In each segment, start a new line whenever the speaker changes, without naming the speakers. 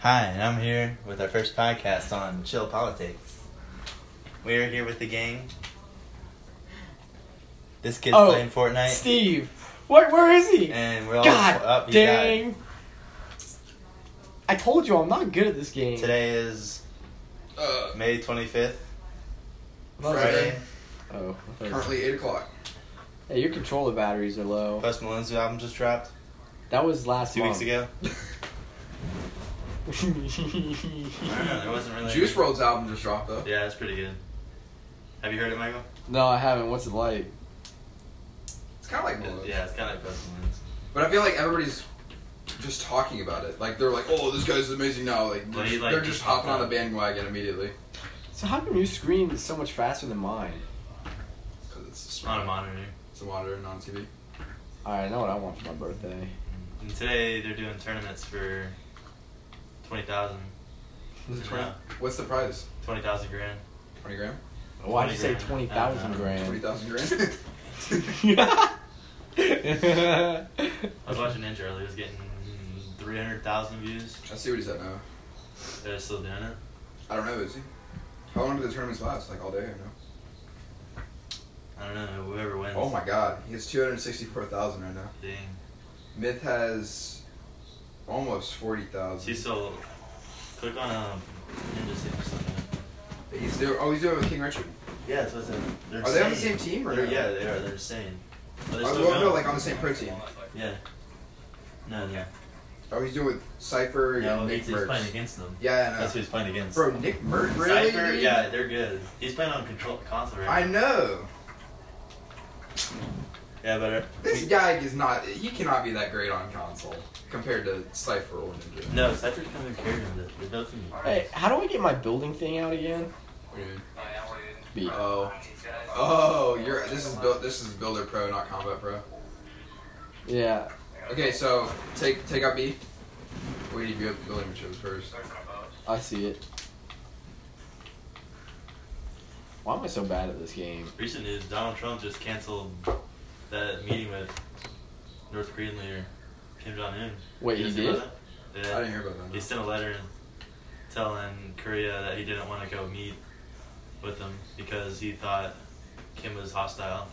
Hi, and I'm here with our first podcast on Chill Politics. We are here with the gang. This kid's
Oh,
playing Fortnite,
Steve, what? Where is he?
and we're all
God
up. You got it.
dang! I told you I'm not good at this game.
Today is
Uh,
May 25th,
I'm not
Friday.
good. Oh, I thought-
currently eight o'clock.
yeah, your controller batteries are low.
Post Malone's album just dropped
That was last
Uh, two weeks ago. I don't know, there wasn't really.
Juice World's album just dropped though.
Yeah, that's pretty good. Have you heard it, Michael?
no, I haven't. What's it like?
It's kind of like Molo's.
Yeah, it's kind of like Post Malone's.
But I feel like everybody's just talking about it. Like they're like, "Oh, this guy's amazing now." Like
Well,
they're,
he,
just-
like,
they're
just
just hopping
popped
on
up.
the bandwagon immediately
So how come your screen is so much faster than mine?
because it's just
It's on a monitor.
It's a monitor and on TV.
All right, I know what I want for my birthday.
And today they're doing tournaments for twenty thousand.
Is it 20? What's the prize?
Twenty thousand grand.
Twenty grand?
Why'd you say
20
twenty
grand.
thousand
Twenty
grand?
thousand grand?
I was watching Ninja earlier. It was getting three hundred thousand views.
I see what he's at now.
They're still doing it.
I don't know. Is he? How long do the tournaments last? Like all day? I know.
I don't know. Whoever wins.
Oh my God, he has two hundred sixty-four thousand right now.
Dang.
Myth has almost forty
She's
thousand.
still. Click on um, Ninja Six or something.
He's doing. Oh, he's doing it with King Richard.
Yeah, that's what's in. They're
Are they on the
insane.
same team or
They're-
no?
yeah, they are. They're insane. But they're
Oh,
still
well,
going.
no, like on the same pro team.
yeah. No, yeah.
Oh, he's doing with Cypher and
No,
Nick
he's, he's playing
Mertz.
against them.
Yeah, I know.
That's who he's playing against.
Bro, Nick Mertz, really?
Cypher,
dude?
yeah, they're good. He's playing on control console right now.
I know.
Yeah, but uh,
This guy is not. You cannot be that great on console compared to Cypher or Ninja.
no, Cypher's kind of carrying this. They're both in
hey, how do I get my building thing out again?
What do you mean?
B.
Oh. Oh, you're. This is build. This is Builder Pro, not Combat Pro.
Yeah.
Okay, so take take out B. We need to build building materials first.
I see it. Why am I so bad at this game?
recent news. Donald Trump just canceled that meeting with North Korean leader Kim Jong Un.
Wait, he did?
I
Yeah,
didn't hear about
he
that.
sent a letter telling Korea that he didn't want to go meet with them because he thought Kim was hostile.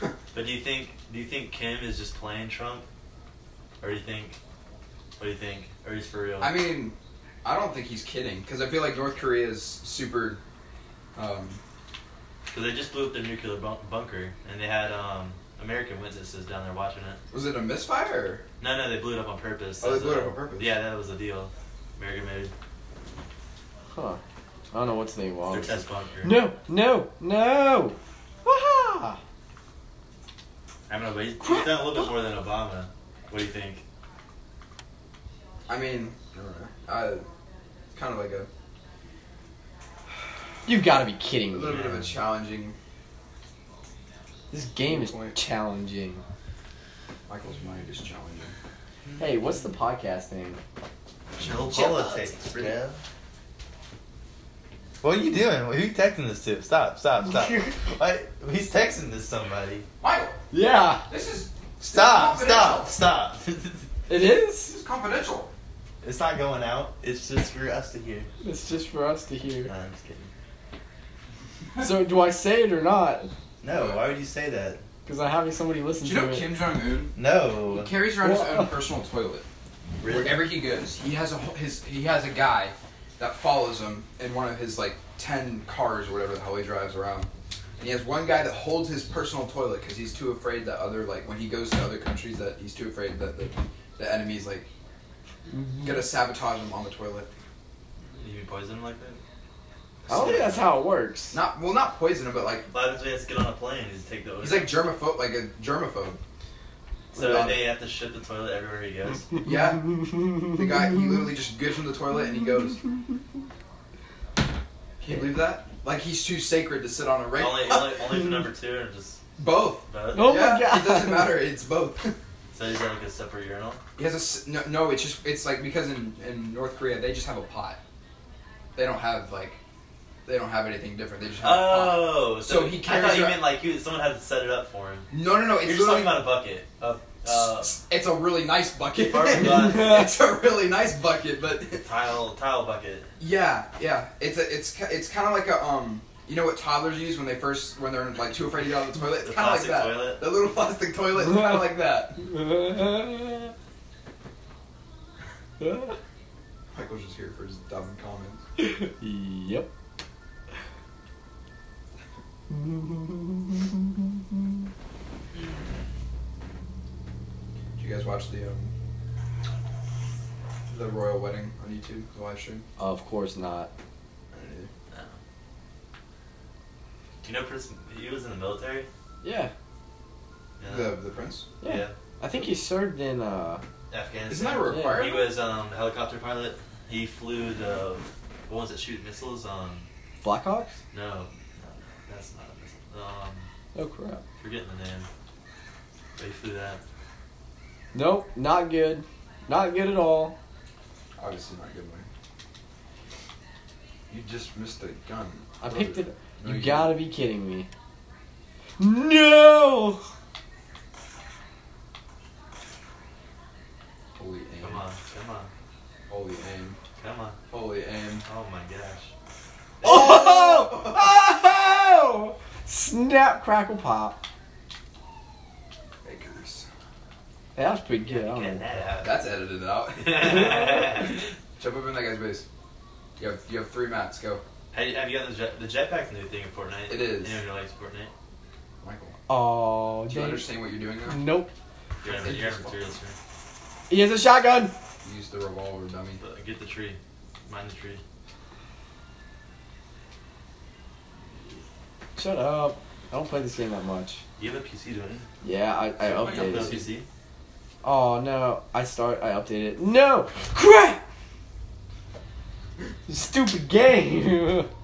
but do you think do you think Kim is just playing Trump, or do you think what do you think, or he's for real?
I mean, I don't think he's kidding because I feel like North Korea is super. Um,
Because they just blew up their nuclear bunk- bunker, and they had um, American witnesses down there watching it.
was it a misfire? Or?
No, no, they blew it up on purpose.
Oh, they
That was
blew it
a-
up on purpose.
Yeah, that was the deal. American made
Huh. I don't know what's the name
their
was.
test bunker.
No, no, no! Waha!
I don't know, but he's, he's done a little bit more than Obama. What do you think?
I mean, I don't know. I kind of like a,
You gotta be
a
kidding
little
me.
bit of a challenging.
This game is
Point.
challenging.
Michael's mind is challenging.
Hey, what's the podcast name?
Chill
politics,
bro. What are you doing? Who are you texting this to? Stop, stop, stop. Why he's texting this somebody.
Michael,
Yeah,
this is
Stop,
This is
stop,
confidential.
stop.
it
This
is.
is confidential.
it's not going out. It's just for us to hear.
It's just for us to hear.
No, I'm just kidding.
So, do I say it or not?
No, why would you say that?
Because I'm having somebody listen
Do you know
to
Kim Jong Un? He
No.
carries around his
Well,
own personal toilet
Really?
wherever he goes. He has a whole- his he has a guy that follows him in one of his like ten cars or whatever the hell he drives around. And he has one guy that holds his personal toilet because he's too afraid that other like when he goes to other countries that he's too afraid that the, the enemy's like
it.
gonna sabotage him on the toilet.
You mean poison him like that?
I
Oh,
don't think that's how it works.
Not well, not poison him, but like
What happens when he has to get on a plane? He's take the.
He's like germaphobe, like a germaphobe.
So they have to shit the toilet everywhere he goes.
Yeah. um, The guy, he literally just gives him the toilet and he goes. Can you believe that? Like he's too sacred to sit on a rake.
only, only, only for number two, or just
both.
both.
Oh my
yeah,
God.
It doesn't matter. It's both.
So he's got like a separate urinal.
He has a s- no. No, it's just it's like because in in North Korea they just have a pot. They don't have like, they don't have anything different. They just have a pot.
Oh, so,
So he
I
carries
thought you
around-
meant like he was, someone had to set it up for him.
No, no, no. It's
You're just
literally
talking about a bucket. A uh,
It's a really nice bucket.
Barbie bucket.
it's a really nice bucket, but
tile tile bucket.
yeah, yeah. It's a, it's ki- it's kind of like a um. You know what toddlers use when they first when they're like too afraid to get out of the toilet? It's
The
kind of like
plastic
that.
toilet?
The little plastic toilet. It's kind of like that. Michael's just here for his dumb comments.
yep.
Did you guys watch the um the royal wedding on YouTube? The live stream.
Of course not.
Uh, Do you know Prince? He was in the military.
Yeah,
The the prince.
yeah.
yeah.
I think he served in uh
Afghanistan.
Isn't that a
Yeah.
He
requirement?
was um, a helicopter pilot. He flew the the ones that shoot missiles. Um,
Blackhawks.
no, no, no, that's not a missile. Um,
Oh crap.
forgetting the name. But he flew that.
Nope, not good. Not good at all.
Obviously not good one. You just missed the gun.
I picked it.
No,
You
you
gotta be kidding me. No.
Holy aim.
Come on, come on,
Holy aim.
come on.
Holy aim.
Oh my gosh.
Oh! Oh! Snap, crackle, pop.
Bakers.
That was pretty good. I
Get
don't know.
that
That's edited out.
out.
Jump up in that guy's base. You have you have three mats. Go,
Hey, have you got the jet? The jetpack's a new thing in Fortnite.
It is.
Anyone who likes Fortnite?
Michael.
Oh,
Do you
dang.
understand what you're doing now?
Nope.
You're on,
It's
you're on
just-
materials here.
He has a shotgun.
Use the revolver dummy.
But get the tree. Mine the tree.
Shut up. I don't play this game that much.
You have a PC, don't you?
Yeah, I, I
Somebody
You have
upload
a
updated. it.
PC?
Oh no, I start. I updated. it. No, crap. Stupid game.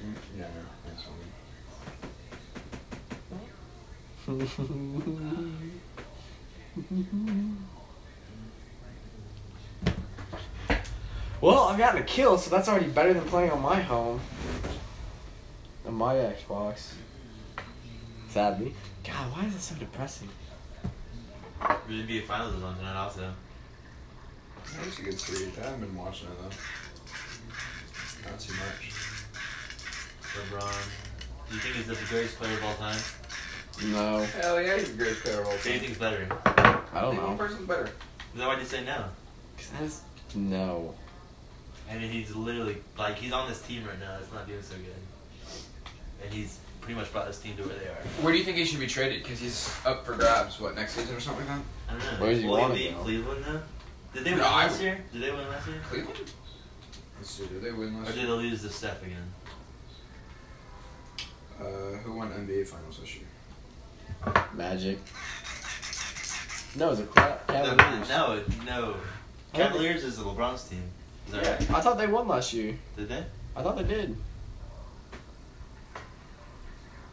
Mm, Yeah, no, that's fine.
well, I've gotten a kill, so that's already better than playing on my home. On my Xbox. Sadly. God, why is it so depressing?
Really be a finals is on tonight also.
That was a good series. I haven't been watching it though. Not too much.
LeBron. Do you think he's the greatest player of all time?
No,
Hell yeah, he's the greatest player of all
Who do you think's better?
I don't
One
know.
person's better.
Is that why you say no?
'Cause I just- no.
I mean, he's literally like he's on this team right now. It's not doing so good, and he's pretty much brought this team to where they are.
Where do you think he should be traded? Because he's up for grabs. What next season or something like that?
I don't know.
Where does he
Will
wanna
be in
go?
Cleveland though? Did they
No,
win
I
last
would-
year? Did they win last year?
Cleveland. Let's see. Did they win
Or
last
did
year?
they lose this step again?
Uh, who won NBA Finals this year?
Magic. No, it's a crap.
No,
Cavaliers.
no, no. Cavaliers is the LeBron's team. Is that right?
I thought they won last year.
Did they?
I thought they did.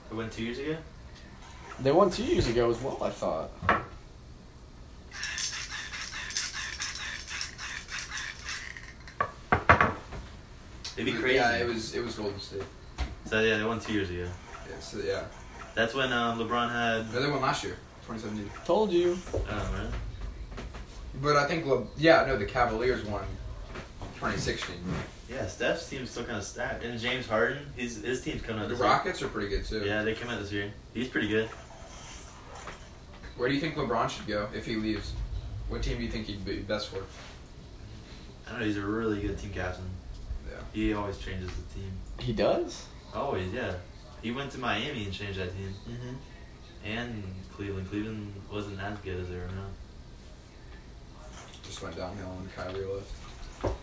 They won two years ago.
They won two years ago as well, I thought.
It'd be crazy.
Yeah, it was it was Golden State.
So yeah, they won two years ago.
Yeah, so yeah.
That's when uh, LeBron had. um,
No, they won last year, 2017.
Told you.
I don't know, man.
But I think Le- yeah, no, the Cavaliers won 2016.
Yeah, Steph's team's still kind of stacked, and James Harden, his his team's coming out.
The
This
Rockets are pretty good too.
Year. Yeah, they came out this year. He's pretty good.
Where do you think LeBron should go if he leaves? What team do you think he'd be best for?
I don't know. He's a really good team captain.
Yeah.
He always changes the team.
He does?
Always, yeah. He went to Miami and changed that team,
Mm-hmm.
and Cleveland. Cleveland wasn't as good as they were now.
Just went downhill when Kyrie left.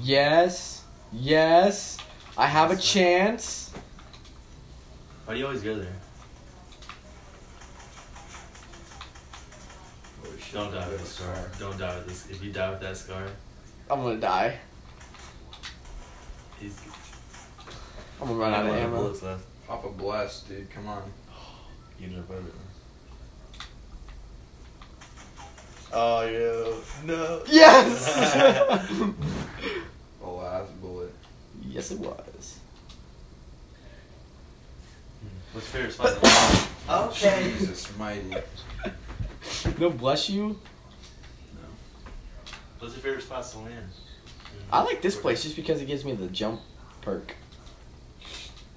Yes. Yes. I have a
Yes, sir.
chance.
Why do you always go there?
Holy shit,
Don't die with
that
a
was
scar.
hard.
Don't die with this. If you die with that scar,
I'm gonna die.
he's
I'm gonna run out of
Yeah,
ammo.
bullets left.
Papa bless, dude. Come on.
You know better. Oh yeah, no.
Yes!
The last bullet.
yes, it was.
Hmm. What's your favorite Spider-Man?
Okay. Jesus mighty.
No, bless you.
What's your favorite spot to land? Hmm.
I like this place just because it gives me the jump perk.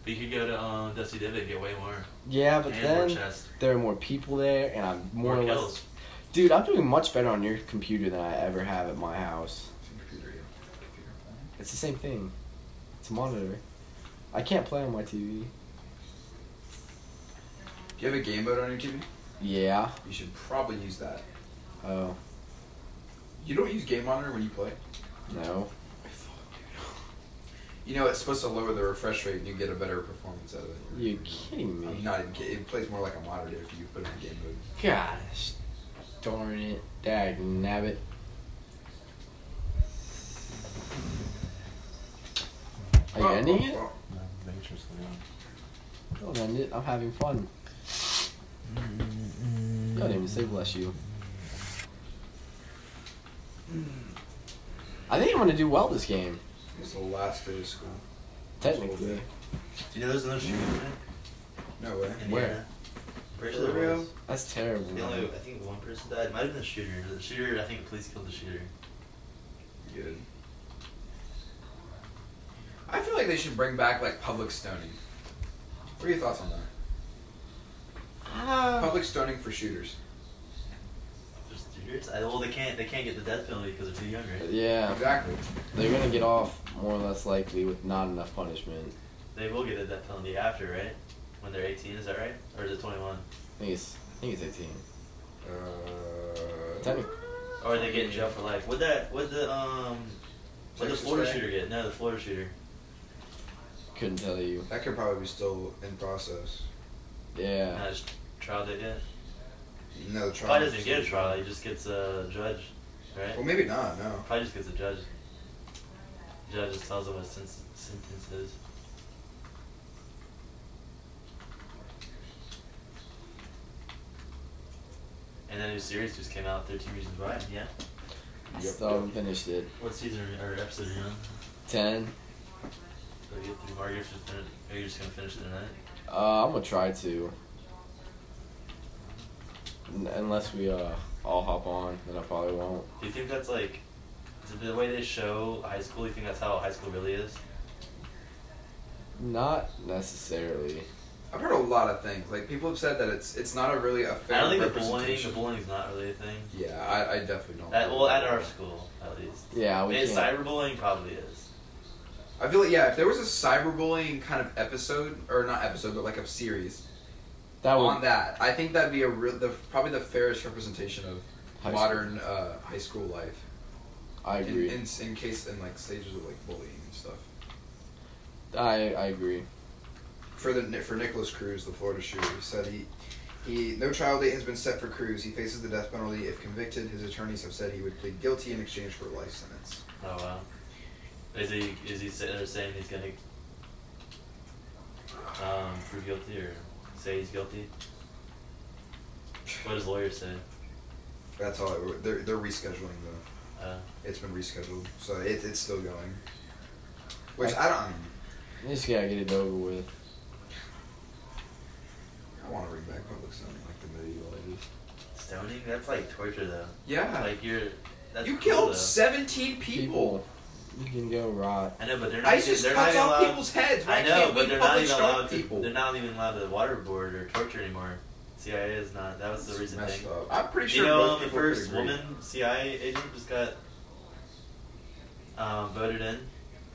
But you could go to um, Dusty Divot and get way more.
Yeah, but
and more
then
chest.
there are more people there, and I'm more,
More,
or less.
kills.
Dude, I'm doing much better on your computer than I ever have at my house. It's the same thing. It's a monitor. I can't play on my TV.
Do you have a game mode on your TV?
Yeah.
You should probably use that.
Oh
You don't use game monitor when you play.
no.
You know it's supposed to lower the refresh rate and you get a better performance out of it.
You're kidding
I'm
me.
not even kidding. It plays more like a monitor if you put it in game mode.
Gosh, darn it, dag nabbit. Are you
Oh,
ending
oh,
it?
oh.
Don't end it. I'm having fun. Don't even say bless you. I think I'm gonna do well this game.
It's the last day of school.
Technically,
Do you know there's another shooting event?
No way.
in
Where?
Indiana? Pretty
For
sure there
real?
was.
that's terrible.
The only, I think one person died. It might have been the shooter. The shooter, I think police killed the shooter.
Good. I feel like they should bring back like public stoning. What are your thoughts on that?
Ah.
Public stoning for shooters.
There's shooters? I, well, they can't. They can't get the death penalty because they're too young, right?
Yeah,
Exactly.
they're gonna get off more or less likely with not enough punishment.
They will get a death penalty after, right? When they're 18, is that right? Or is it 21?
I think it's, I think it's 18.
Uh,
Technically,
Or they get in jail for life? Would that? Would the um? Would the
Texas
Florida
Tech?
shooter get? No, the Florida shooter.
couldn't tell you.
That could probably be still in process.
Yeah.
Not just trial date yet.
No, the trial.
Probably doesn't get a trial. He just gets a judge, right?
Well, maybe not. No.
Probably just gets a judge. Judge just tells him what sen- sentence is. And then his series just came out, 13 Reasons Why. Yeah.
I
Yep.
still haven't finished it.
What season or episode are you on?
10.
So you get through Margaret, you're just gonna- are you just gonna finish it tonight?
Uh, I'm gonna try to. N- unless we uh all hop on, then I probably won't.
Do you think that's like is it the way they show high school? You think that's how high school really is?
Not necessarily.
I've heard a lot of things. Like people have said that it's it's not a really a fair
I don't think the bullying, the
representation.
bullying's not really a thing.
Yeah, I, I definitely don't.
At, well, at our school, at least.
Yeah, we
And
can't.
cyberbullying probably is.
I feel like yeah, if there was a cyberbullying kind of episode or not episode, but like a series
That
on
would
that, I think that'd be a real the probably the fairest representation of
High
modern uh, high school life.
I agree.
In, in in case in like stages of like bullying and stuff.
I I agree.
For the for Nicholas Cruz, the Florida shooter, he said he. He, no trial date has been set for Cruz. He faces the death penalty. If convicted, his attorneys have said he would plead guilty in exchange for a life sentence.
Oh wow. Is he is he sitting there saying he's gonna um, prove guilty or say he's guilty? What does lawyers say?
That's all. It, they're, they're rescheduling though.
Uh,
It's been rescheduled, so it, it's still going. Which I don't.
We just gotta get it over with.
I want to bring back public something like the medieval ages.
stoning? That's like torture though.
Yeah.
Like you're. That's
you
cruel,
killed
though.
17 people.
you can go rot.
I know, but they're not.
ISIS
they're
cuts
not
off
allowed,
people's heads. Why
I know,
can't
but
we
they're not
publish
even allowed
stone
to.
people?
They're not even allowed to waterboard or torture anymore. CIA is not. That was the
It's
recent
messed
thing.
up. I'm pretty
Do
sure
you know
both
um, the
people would
first
agree.
woman CIA agent just got um, voted in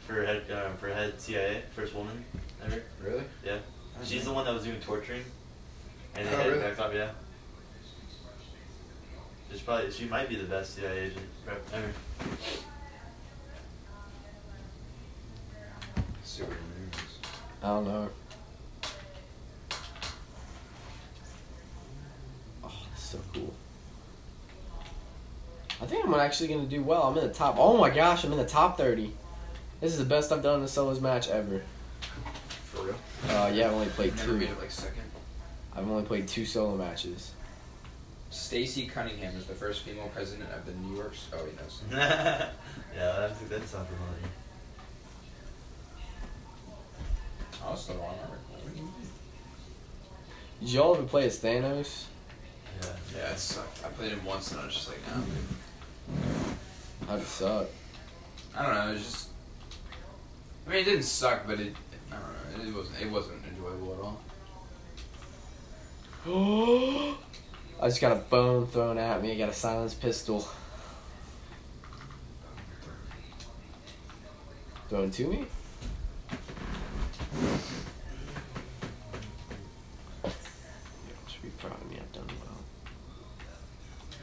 for head uh, for head CIA first woman ever?
Really?
Yeah,
I
she's
don't
the one that was doing torturing, and they
Oh,
had
really?
back up. Yeah, she's probably she might be the best CIA agent rep ever.
know. Super news.
I don't know. Oh, that's so cool. I think I'm actually gonna do well. I'm in the top. Oh my gosh, I'm in the top 30. This is the best I've done in a solos match ever.
For real?
Uh, yeah, I've only played
Never
two.
made it like second.
I've only played two solo matches.
Stacy Cunningham is the first female president of the New York. Oh, he knows.
yeah, that's that's not familiar.
Oh, that's the wrong article.
Did y'all ever play as Thanos?
Yeah.
Yeah, it sucked. I played him once and I was just like, nah, dude.
How'd it suck?
I don't know. It was just. I mean, it didn't suck, but it. I don't know. It wasn't. It wasn't enjoyable at all.
I just got a bone thrown at me. I got a silenced pistol thrown to me. Should be proud of me. I've done well.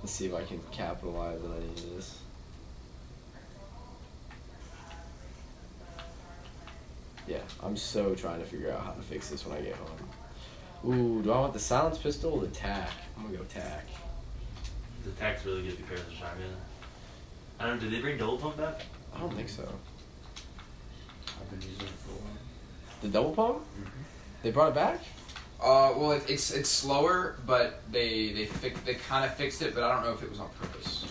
Let's see if I can capitalize on any of this. Yeah, I'm so trying to figure out how to fix this when I get home. Ooh, do I want the silence pistol or the tack? I'm gonna go tack.
The tax really good compared to the shotgun. I don't. know, Did they bring double pump back?
I don't think so.
I've been using it for a while.
The double pump? They brought it back?
Uh, well, it, it's it's slower, but they they fi- they kind of fixed it, but I don't know if it was on purpose.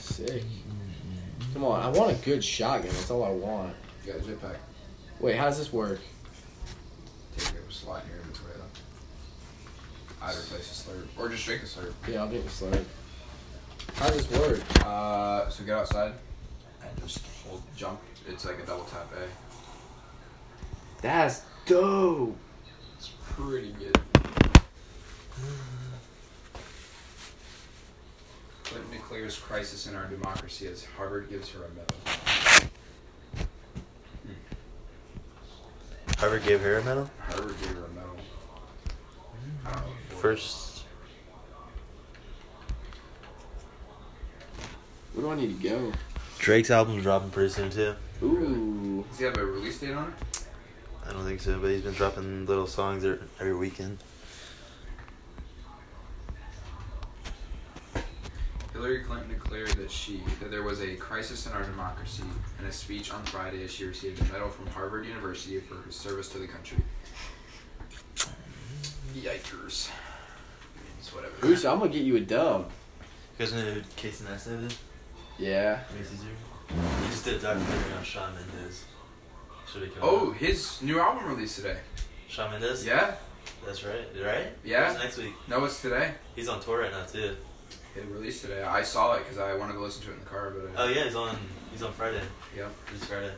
Sick. Come on, I want a good shotgun. That's all I want.
You got a jetpack.
Wait, how does this work?
Take a slot in your inventory. I replace the slurp, or just drink the slurp.
Yeah, I'll drink the slurp. How does this work?
Uh, so get outside and just hold jump. It's like a double tap eh? A.
That's dope.
It's pretty good. Clinton declares crisis in our democracy as Harvard gives her a medal.
Harvard gave her a medal.
Harvard gave her a medal. I don't know what for.
First.
Where do I need to go?
Drake's album's dropping pretty soon too.
Ooh.
Does he have a release date on it?
I don't think so, but he's been dropping little songs every, every weekend.
Hillary Clinton declared that she that there was a crisis in our democracy in a speech on Friday as she received a medal from Harvard University for her service to the country. Yikers. It's whatever.
Bruce, I'm gonna get you a dub.
You guys know who Casey Neistat is?
Yeah.
Macy's He just did a documentary on Shawn Mendes. Should we come
Oh,
out?
his new album released today.
Shawn Mendes?
Yeah?
That's right. Right?
Yeah.
It's next week.
No, it's today.
He's on tour right now too.
It released today. I saw it because I wanted to listen to it in the car, but I,
Oh yeah, he's on. He's on Friday.
Yep.
This Friday.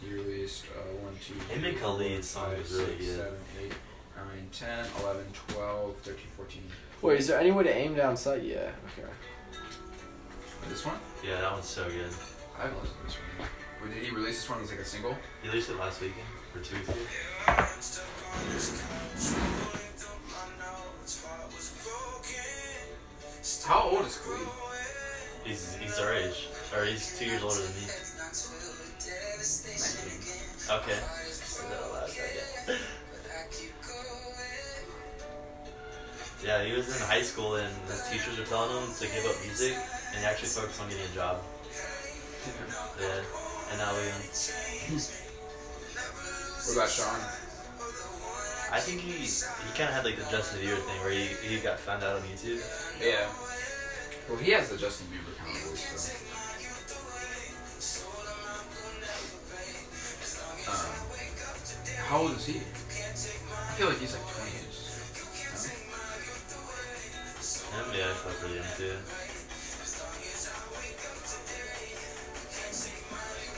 He released uh, one, two,
Him and
three, four,
Khalid's song
five,
is really
six,
good.
seven, eight, nine, 10, 11, 12, 13, 14.
Wait, is there any way to aim down sight? Yeah. Okay.
This one?
Yeah, that one's so good.
I haven't listened to this one. yet. Wait, did he release this one as like a single?
He released it last weekend or two weeks ago.
How old is Khalid?
He's he's our age, or he's two years older than me.
19.
Okay. Say that out loud, okay. Yeah, he was in high school and his teachers were telling him to give up music and he actually focused on getting a job. Yeah. And now we,
What about Sean?
I think he he kind of had like the Justin Bieber thing where he, he got found out on YouTube.
Yeah. Well, he has the Justin Bieber kind of voice, so. Um, how old is he? I feel like he's like 20 ish.
Him, yeah, I felt pretty young too.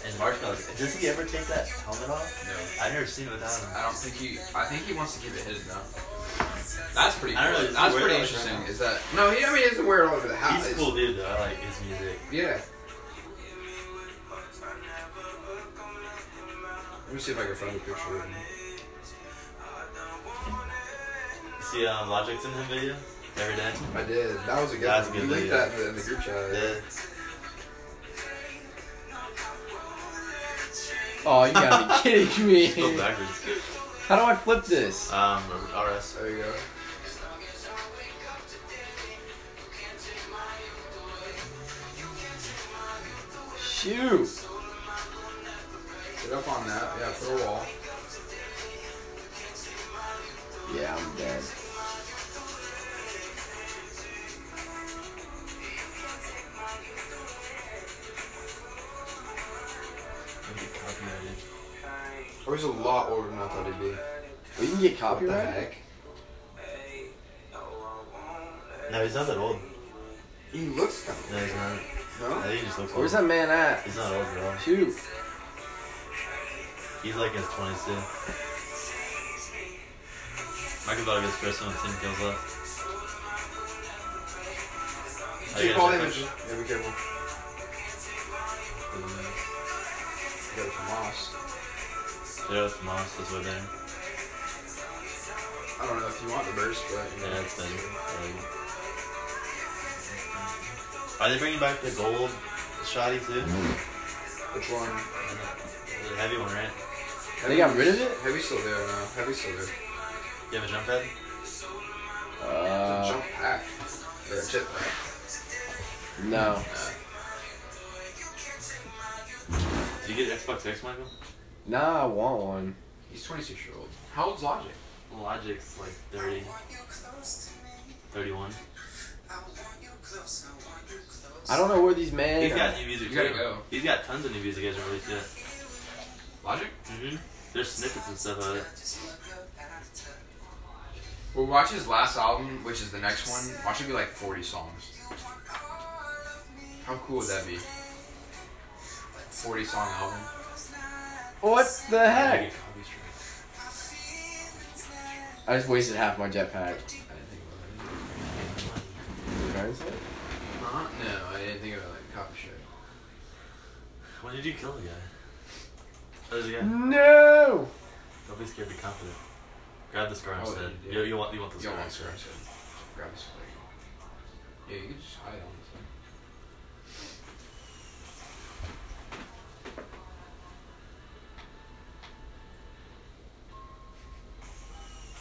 And Marshmallow, does he ever take that helmet off?
No.
I've never seen it without him.
I don't think he. I think he wants to keep it hidden though. That's pretty.
I don't
cool.
know, is he
That's
wearing it, like,
pretty
right
interesting.
now?
is that no? He, I mean, he doesn't wear it all over the house.
He's a cool dude though. I like his music.
Yeah. Let me see if I can find a picture of him.
See um, Logic's in him video every day.
I did. That was a good.
That's a
one.
good
You
video.
linked that in the, in the group chat.
Yeah.
Oh, you gotta be kidding
Go
me.
backwards.
How do I flip this?
Um, RS.
There you go.
Shoot.
Get up on that. Yeah, put a wall.
Yeah, I'm dead.
I
Or he's a lot older than I thought he'd be.
We can get
What the
copyright.
heck?
No, he's not that old.
He looks kind
No, he's not.
of.
I
No?
think he just looks
Where's
old.
that man at?
He's not old at all.
Shoot.
He's like in his 20s too. Michael Douglas first one, Tim Kills left. Are you
Take
guys
all
in
images.
touch?
Yeah, be careful. You got it from Moss.
Yeah, it's Moss, that's what they're
I don't know if you want the verse, but.
Yeah, it's been. um, Are they bringing back the gold shoddy too?
Which one?
The heavy one, right?
They got rid of it?
Heavy's still there now. Heavy's still there.
You have a jump head?
It's a
Uh,
jump pack. Or a jet pack.
no.
Did you get Xbox X, Michael?
Nah, I want one.
He's 26 year old. How old's Logic?
Logic's like 30, 31.
I don't know where these men.
He's got new music
You gotta
too.
go.
He's got tons of new music he hasn't released yet.
Logic?
Mm-hmm. There's snippets and stuff of it.
Well, watch his last album, which is the next one. Watch it be like 40 songs. How cool would that be? 40 song album.
What the
You
heck?
get copy strikes.
I just wasted half my jetpack.
I didn't think about it. Huh? No, I didn't think about like copy shit.
When did you kill the guy? Oh, there's a guy.
No.
Don't be scared. Be confident. Grab the scar
Oh,
instead.
you did.
You, you want you want the
You
scar.
don't want
instead.
scars, so Grab this plate. Yeah, you could just hide on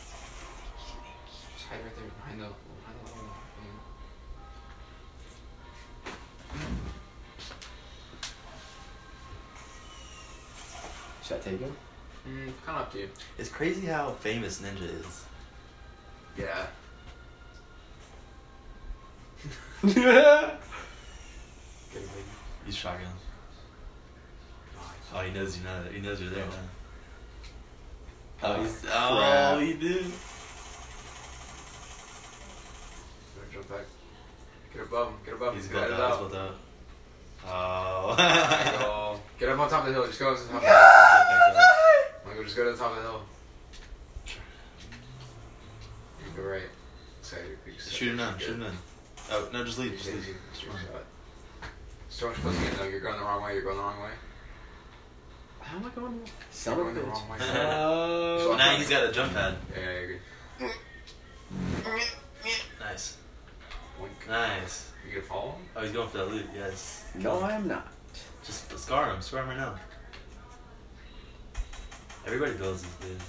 this Just hide right there behind the behind the little thing.
Should I take him?
Mm, kind of up to you.
It's crazy how famous Ninja is.
Yeah. Get a big
He's shotgun. Oh, he knows you know. He knows you're there. Now. Oh, he's
crap.
oh he did.
Better jump back. Get above him. Get above him.
He's
get
built
it
out. He's
out.
built out. Oh.
Oh, Get up on top of the hill. Just go up to the top. of the hill. Michael, just go to the top of the hill. You go right. Side of your creek.
shoot him down. Shoot him down. Oh no, just leave. Just
Just
leave.
just one shot. So much closer again, though. You're going the wrong way. You're going the wrong way.
How am I going?
You're
Son
going
of a
the
bitch.
wrong way. Yeah,
Oh, now he's got a jump pad.
yeah, you're good.
Nice.
Wink.
Nice.
You gonna follow him?
Oh, he's going for that loot. Yes.
No, I am not.
Just scar him. Scar him right now. Everybody builds these dudes.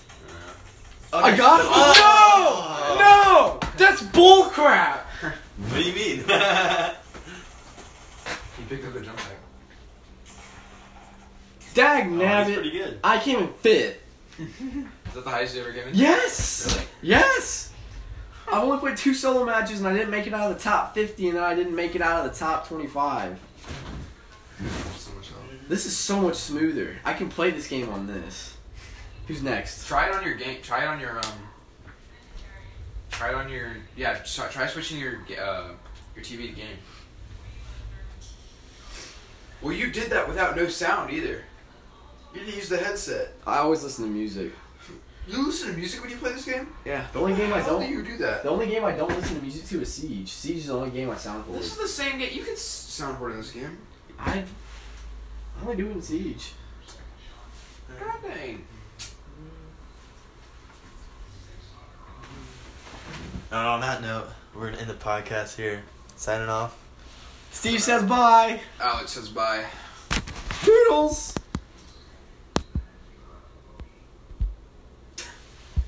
I got him.
Oh.
No, no, that's bullcrap.
What do you mean? That's
He picked up the jump pack.
Dag
Oh, pretty
nabbit.
good.
I came in fifth.
Is that the highest you ever given?
Yes.
Really?
Yes. I only played two solo matches and I didn't make it out of the top 50 and then I didn't make it out of the top 25.
So much help.
This is so much smoother. I can play this game on this. Who's next?
Try it on your game. Try it on your um. Try it on your yeah. Try, try switching your ga- uh, your TV to game. Well, you did that without no sound either. You didn't use the headset.
I always listen to music.
You listen to music when you play this game.
Yeah. The only game I
How do
don't
you do that?
the only game I don't listen to music to is Siege. Siege is the only game I soundboard.
This is the same game. You can s- soundboard in this game.
I I only do it in Siege.
God dang.
And on that note, we're gonna end the podcast here. Signing off.
Steve says bye.
Alex says bye.
Toodles.